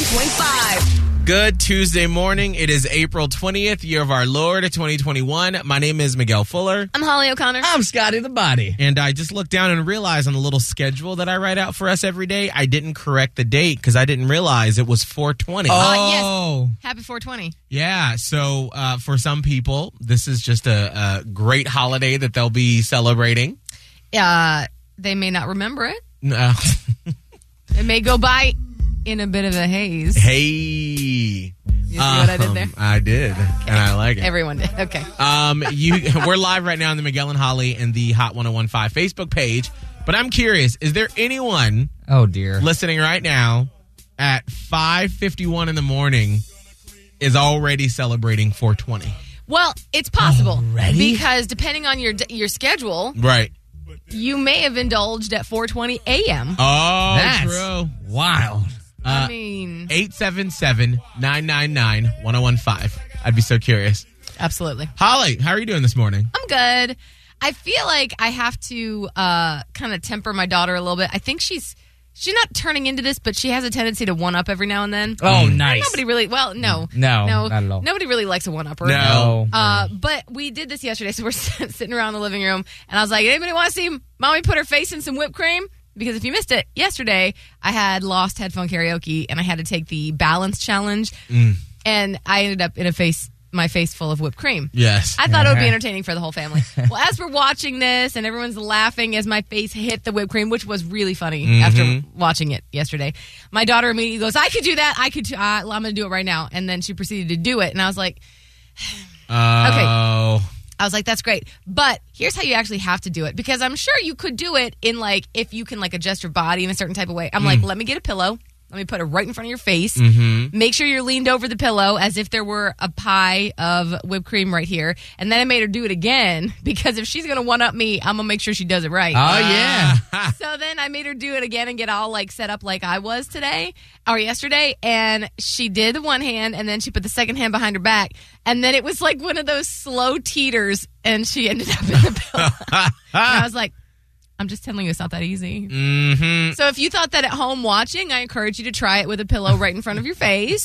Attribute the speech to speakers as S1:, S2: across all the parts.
S1: 101.5.
S2: Good Tuesday morning. It is April 20th, year of our Lord 2021. My name is Miguel Fuller.
S1: I'm Holly O'Connor.
S3: I'm Scotty the Body.
S2: And I just looked down and realized on the little schedule that I write out for us every day, I didn't correct the date because I didn't realize it was 420.
S1: yes.
S3: Oh,
S1: Happy 420.
S2: Yeah. So uh, for some people, this is just a, a great holiday that they'll be celebrating.
S1: Uh, they may not remember it.
S2: Uh,
S1: It may go by in a bit of a haze.
S2: hey.
S1: see what I did there?
S2: Um, I did. And I like it.
S1: Everyone did. Okay.
S2: Um, you, we're live right now on the Miguel and Holly and the Hot 1015 Facebook page. But I'm curious, is there anyone
S3: oh dear.
S2: listening right now at 5.51 in the morning is already celebrating 420?
S1: Well, it's possible
S3: Already?
S1: because depending on your d- your schedule,
S2: Right.
S1: you may have indulged at 4:20 a.m.
S2: Oh,
S3: That's
S2: true.
S3: wild.
S1: I mean,
S2: 877-999-1015. I'd be so curious.
S1: absolutely.
S2: Holly, how are you doing this morning?
S1: I'm good. I feel like I have to uh, kind of temper my daughter a little bit. I think she's she's not turning into this, but she has a tendency to one up every now and then.
S3: Oh,
S2: Mm.
S3: nice. Mm.
S1: Nobody really. Well, no,
S3: No,
S1: no,
S3: not at all.
S1: Nobody really likes a one upper.
S2: No.
S3: No.
S1: Uh, but we did this yesterday, so we're sit- sitting around the living room, and I was like, anybody want to see mommy put her face in some whipped cream? Because if you missed it yesterday, I had lost headphone karaoke, and I had to take the balance challenge,
S3: Mm.
S1: and I ended up in a face, my face full of whipped cream.
S2: Yes.
S1: I thought it would be entertaining for the whole family. well, as we're watching this and everyone's laughing as my face hit the whipped cream, which was really funny after watching it yesterday, my daughter immediately goes, "I could do that. I could. do- Uh, I'm going to do it right now." And then she proceeded to do it, and I was like,
S2: Oh.
S1: "I was like, that's great." But here's how you actually have to do it because I'm sure you could do it in like if you can like adjust your body in a certain type of way. I'm like, let me get a pillow. Let me put it right in front of your face. Make sure you're leaned over the pillow as if there were a pie of whipped cream right here. And then I made her do it again because if she's going to one up me, I'm going to make sure she does it right.
S3: Oh yeah.
S1: so then I made her do it again and get all like set up like I was today or yesterday. And she did the one hand and then she put the second hand behind her back. And then it was like one of those slow teeters and she ended up in the pillow. and I was like, I'm just telling you, it's not that easy.
S2: Mm-hmm.
S1: So if you thought that at home watching, I encourage you to try it with a pillow right in front of your face.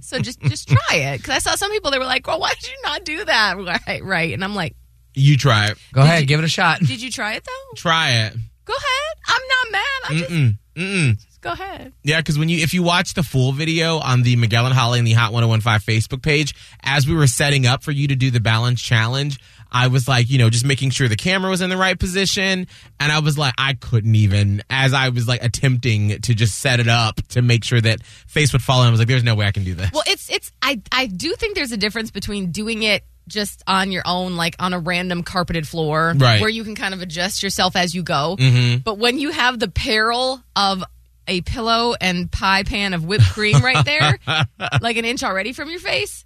S1: so just just try it because I saw some people they were like, "Well, why did you not do that?" Right, right. And I'm like,
S2: You try it.
S3: Go ahead, give it a shot.
S1: "Did you try it though?
S2: Try it.
S1: Go ahead. I'm not mad. I just,
S2: Mm-mm. Mm-mm.
S1: just go ahead."
S2: Yeah, because when you if you watch the full video on the Miguel and Holly and the Hot 1015 Facebook page, as we were setting up for you to do the balance challenge, I was like, you know, just making sure the camera was in the right position. And I was like, I couldn't even as I was like attempting to just set it up to make sure that face would fall in. I was like, there's no way I can do this.
S1: Well, it's it's I I do think there's a difference between doing it just on your own, like on a random carpeted floor,
S2: Right.
S1: where you can kind of adjust yourself as you go.
S2: hmm
S1: But when you have the peril of a pillow and pie pan of whipped cream right there, like an inch already from your face,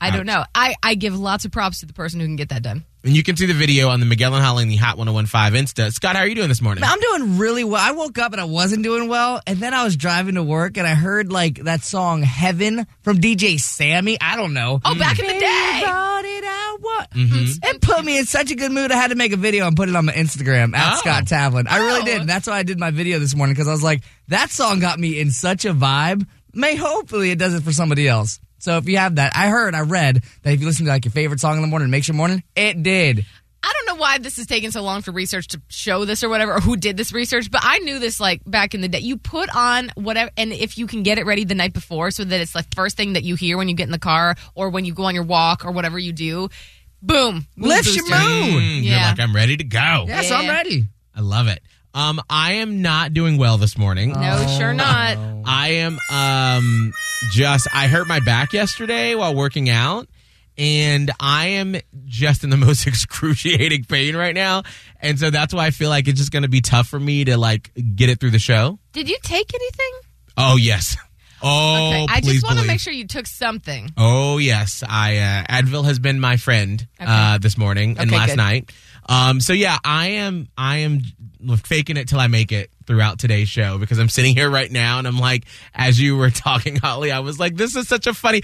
S1: I don't know. I, I give lots of props to the person who can get that done.
S2: And you can see the video on the Miguel and Holly and the Hot 1015 Insta. Scott, how are you doing this morning?
S3: I'm doing really well. I woke up and I wasn't doing well, and then I was driving to work and I heard like that song "Heaven" from DJ Sammy. I don't know.
S1: Oh, back in the day. Mm-hmm.
S3: It put me in such a good mood. I had to make a video and put it on my Instagram at
S2: Oh.
S3: Scott Tavlin. I really
S1: Oh.
S3: did. And that's why I did my video this morning because I was like, that song got me in such a vibe. May hopefully it does it for somebody else. So if you have that, I heard, I read that if you listen to like your favorite song in the morning, it makes your morning. It did.
S1: I don't know why this is taking so long for research to show this or whatever, or who did this research, but I knew this like back in the day. You put on whatever, and if you can get it ready the night before so that it's the first thing that you hear when you get in the car or when you go on your walk or whatever you do, boom. mood
S3: Lifts your
S1: booster.
S3: mood.
S2: Mm, You're
S1: Yeah.
S2: like, I'm ready to go.
S3: Yeah, so I'm
S1: Yeah.
S3: ready.
S2: I love it. Um, I am not doing well this morning.
S1: No,
S3: Oh.
S1: sure not.
S2: I am um just I hurt my back yesterday while working out and I am just in the most excruciating pain right now and so that's why I feel like it's just going to be tough for me to like get it through the show.
S1: Did you take anything?
S2: Oh yes. Oh,
S1: Okay, I
S2: please
S1: just want to
S2: believe.
S1: make sure you took something.
S2: Oh yes, I uh, Advil has been my friend uh, this morning and
S1: Okay,
S2: last
S1: good.
S2: night. Um, so yeah, I am I am faking it till I make it throughout today's show because I'm sitting here right now and I'm like, as you were talking, Holly, I was like, this is such a funny.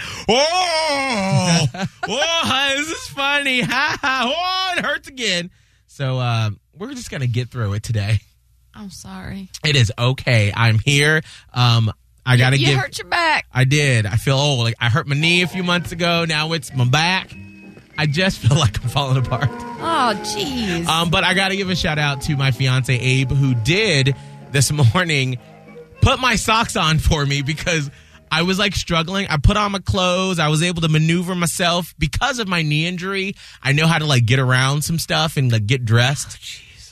S2: Oh, oh, this is funny. Ha ha. Oh, it hurts again. So uh, we're just gonna get through it today.
S1: I'm sorry.
S2: It is okay. I'm here. Um, I gotta
S1: you
S2: give.
S1: hurt your back.
S2: I did. I feel old. Like I hurt my knee a few months ago. Now it's my back. I just feel like I'm falling apart.
S1: Oh, jeez.
S2: Um, but I got to give a shout out to my fiance Abe, who did this morning put my socks on for me because I was like struggling. I put on my clothes. I was able to maneuver myself because of my knee injury. I know how to like get around some stuff and like get dressed.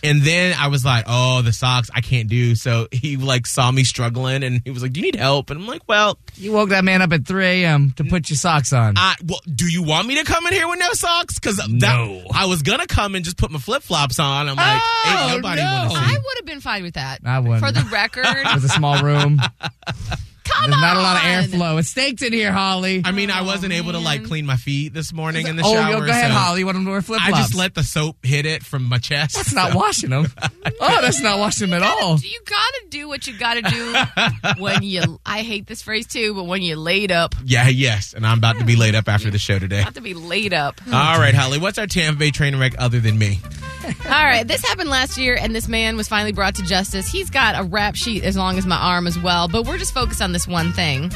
S2: and then I was like, oh, the socks I can't do. So he like saw me struggling and he was like, do you need help? And I'm like, well,
S3: You woke that man up at 3 a.m. to put your socks on.
S2: I well, do you want me to come in here with no socks? Because
S3: No.
S2: I was gonna come and just put my flip flops on. I'm like,
S3: Oh,
S2: ain't nobody
S3: no.
S2: want to see.
S1: I would have been fine with that.
S3: I wouldn't.
S1: For the record,
S3: It was a small room.
S1: come
S3: There's
S1: on.
S3: not a lot of airflow. It's staked in here, Holly.
S2: I mean, I wasn't able to like
S1: man.
S2: clean my feet this morning in the
S3: oh,
S2: shower.
S3: yo, go ahead,
S2: so
S3: Holly. You want him to wear flip
S2: I
S3: flops?
S2: just let the soap hit it from my chest.
S3: That's not washing them. Oh, that's not washing them at all.
S1: You gotta do what you gotta do when you. I hate this phrase too, but when you're laid up,
S2: Yeah, yes, and I'm about to be laid up after the show today.
S1: not to be laid up.
S2: All right, Holly, what's our Tampa Bay train wreck other than me?
S1: All right, this happened last year, and this man was finally brought to justice. He's got a rap sheet as long as my arm as well, but we're just focused on this one thing.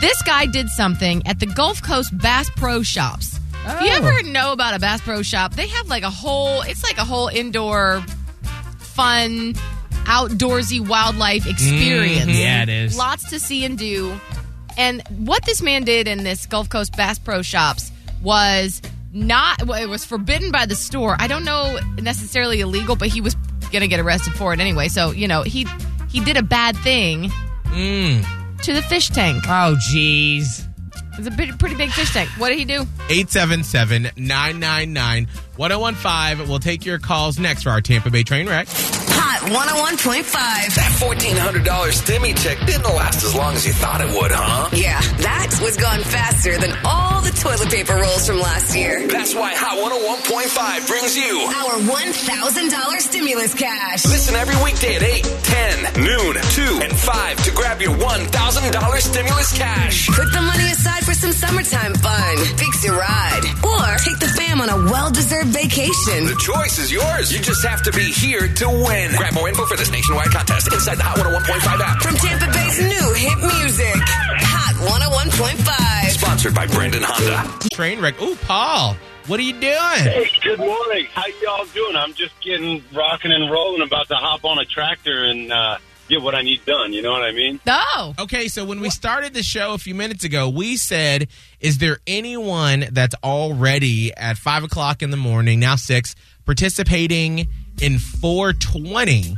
S1: This guy did something at the Gulf Coast Bass Pro Shops. If you
S3: Oh.
S1: ever know about a Bass Pro Shop, they have like a whole, it's like a whole indoor, fun, outdoorsy wildlife experience.
S3: Mm-hmm. Yeah, it is.
S1: Lots to see and do. And what this man did in this Gulf Coast Bass Pro Shops was not, well, it was forbidden by the store. I don't know necessarily illegal, but he was going to get arrested for it anyway. So, you know, he he did a bad thing
S3: Mm.
S1: to the fish tank.
S3: Oh, jeez.
S1: It's a pretty, pretty big fish tank. What did he do?
S2: 877-999-1015. We'll take your calls next for our Tampa Bay train wreck.
S4: Hot 101.5.
S5: That $1,400 stimmy check didn't last as long as you thought it would, huh?
S4: Yeah, that was gone faster than all the toilet paper rolls from last year.
S5: That's why Hot 101.5 brings you.
S4: Our $1,000 stimulus cash.
S5: Listen every weekday at 8, 10, noon, 2, and 5 to grab your $1,000 stimulus cash.
S4: Put the money aside for some summertime fun. Fix your ride. Or take the fam on a well deserved vacation.
S5: The choice is yours. You just have to be here to win. Grab more info for this nationwide contest inside the Hot 101.5 app.
S4: From Tampa Bay's new hit music, Hot 101.5.
S5: Sponsored by Brandon Honda.
S2: Train wreck. Ooh, Paul, what are you doing?
S6: Hey, good morning. How y'all doing? I'm just getting rocking and rolling, about to hop on a tractor and uh, get what I need done. You know what I mean?
S1: No.
S2: Okay, so when we started the show a few minutes ago, we said, "Is there anyone that's already at five o'clock in the morning now six participating in four twenty?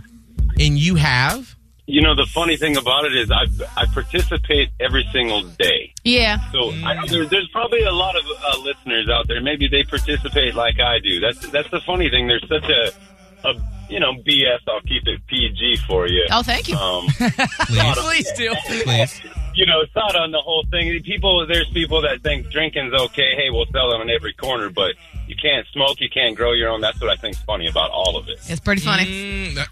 S2: And you have
S6: You know, the funny thing about it is I I participate every single day.
S1: Yeah.
S6: So I, there, there's probably a lot of uh, listeners out there. Maybe they participate like I do. That's that's the funny thing. There's such a, a you know BS. I'll keep it PG for you.
S1: Oh, thank you.
S6: Um,
S2: please,
S3: Please do.
S2: please.
S6: you know, thought on the whole thing. People, there's people that think drinking's okay. Hey, we'll sell them in every corner, but you can't smoke, you can't grow your own. That's what I think's funny about all of it.
S1: It's pretty funny.
S2: Mm, that-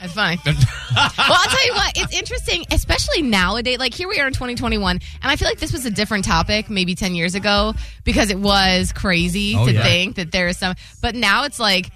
S1: It's funny. well, I'll tell you what, it's interesting, especially nowadays. Like, here we are in 2021, and I feel like this was a different topic maybe 10 years ago because it was crazy
S2: Oh,
S1: to
S2: yeah.
S1: think that there is some. But now it's like,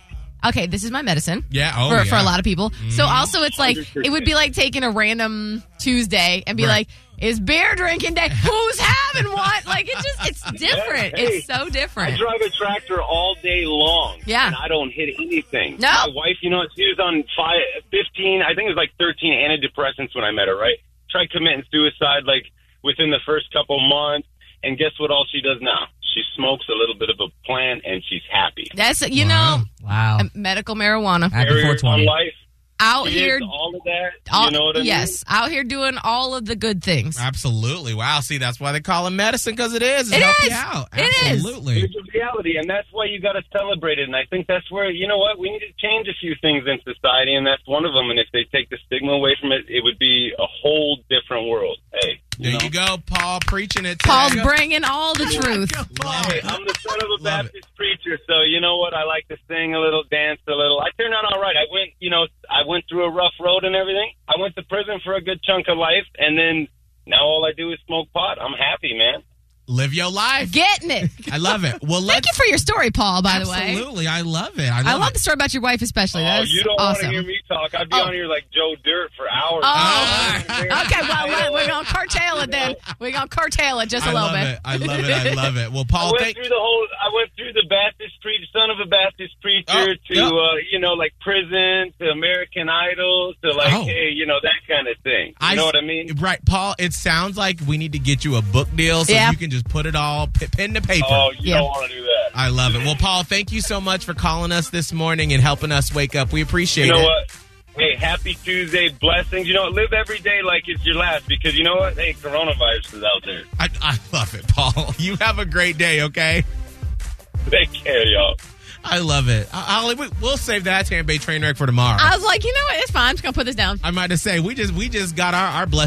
S1: okay, this is my medicine.
S2: Yeah,
S1: for,
S2: oh,
S1: for
S2: yeah. Mm-hmm.
S1: a lot of people. So also, it's like, it would be like taking a random Tuesday and be
S2: Right.
S1: like, is beer drinking day? Who's having one? Like, it just, it's different.
S6: Hey,
S1: it's so different.
S6: I drive a tractor all day long.
S1: Yeah.
S6: And I don't hit anything.
S1: No.
S6: My wife, you know, she was on five, 15, I think it was like 13 antidepressants when I met her, right? Tried committing suicide like within the first couple months. And guess what all she does now? She smokes a little bit of a plant and she's happy.
S1: That's, you know,
S3: Wow.
S1: medical marijuana.
S3: Happy
S6: Barriers on
S3: 420.
S6: life,
S1: out
S6: kids,
S1: here
S6: all of that.
S1: all-
S6: you know what I mean?
S1: yes out here doing all of the good things
S2: absolutely. Wow. See, that's why they call it medicine because it is. It,
S1: It
S2: helps
S1: is.
S2: you out.
S1: It is.
S2: Absolutely.
S6: It's a reality, and that's why you got to celebrate it. And I think that's where you know what we need to change a few things in society, and that's one of them. And if they take the stigma away from it, it would be a whole different world. Hey,
S2: There
S6: know?
S2: you go, Paul, preaching it.
S1: paul's
S2: today.
S1: bringing all the truth
S2: Paul.
S6: Hey, I'm the son of a
S2: Love it.
S6: Baptist preacher, so you know what? I like to sing a little, dance a little. I turned out all right. I went, you know, I went through a rough road and everything. I went to prison for a good chunk of life, and then now all I do is smoke pot. I'm happy, man.
S2: Live your life.
S1: Getting it.
S2: I love it. Well,
S1: Thank
S2: let's.
S1: you for your story, Paul, by the way.
S2: Absolutely, I love it. I love,
S1: I love
S2: it.
S1: the story about your wife, especially.
S6: Oh,
S1: That is
S6: you don't
S1: awesome.
S6: want to hear me talk. I'd be
S1: Oh.
S6: on here like Joe Dirt for hours.
S1: Oh.
S6: okay,
S1: Okay, well, well, we're going to curtail it then. We're going to curtail it just a
S2: I
S1: little
S2: love
S1: bit.
S2: it. I love it. I love it. Well,
S6: I
S2: Paul,
S6: went
S2: Oh, thank
S6: through the whole. I went through the Baptist preacher, son of a Baptist preacher,
S2: Oh,
S6: to
S2: yeah.
S6: uh, you know, like prison, to American Idol, to like,
S2: Oh.
S6: hey, you know, that kind of thing. You know what I mean?
S2: Right, Paul. It sounds like we need to get you a book deal so
S1: Yeah.
S2: you can just put it all p- pen to paper.
S6: Oh, you
S1: Yeah.
S6: don't want to do that.
S2: I love it. Well, Paul, thank you so much for calling us this morning and helping us wake up. We appreciate
S6: You know
S2: it.
S6: what? Hey, happy Tuesday, blessings. You know, live every day like it's your last because you know what? Hey, coronavirus is out there.
S2: I, I love it, Paul. You have a great day, okay?
S6: Take care, y'all.
S2: I love it. Uh, Holly, we, we'll save that Tampa Bay train wreck for tomorrow.
S1: I was like, you know what? It's fine. I'm just going to put this down.
S2: I might just say we just we just got our our blessing.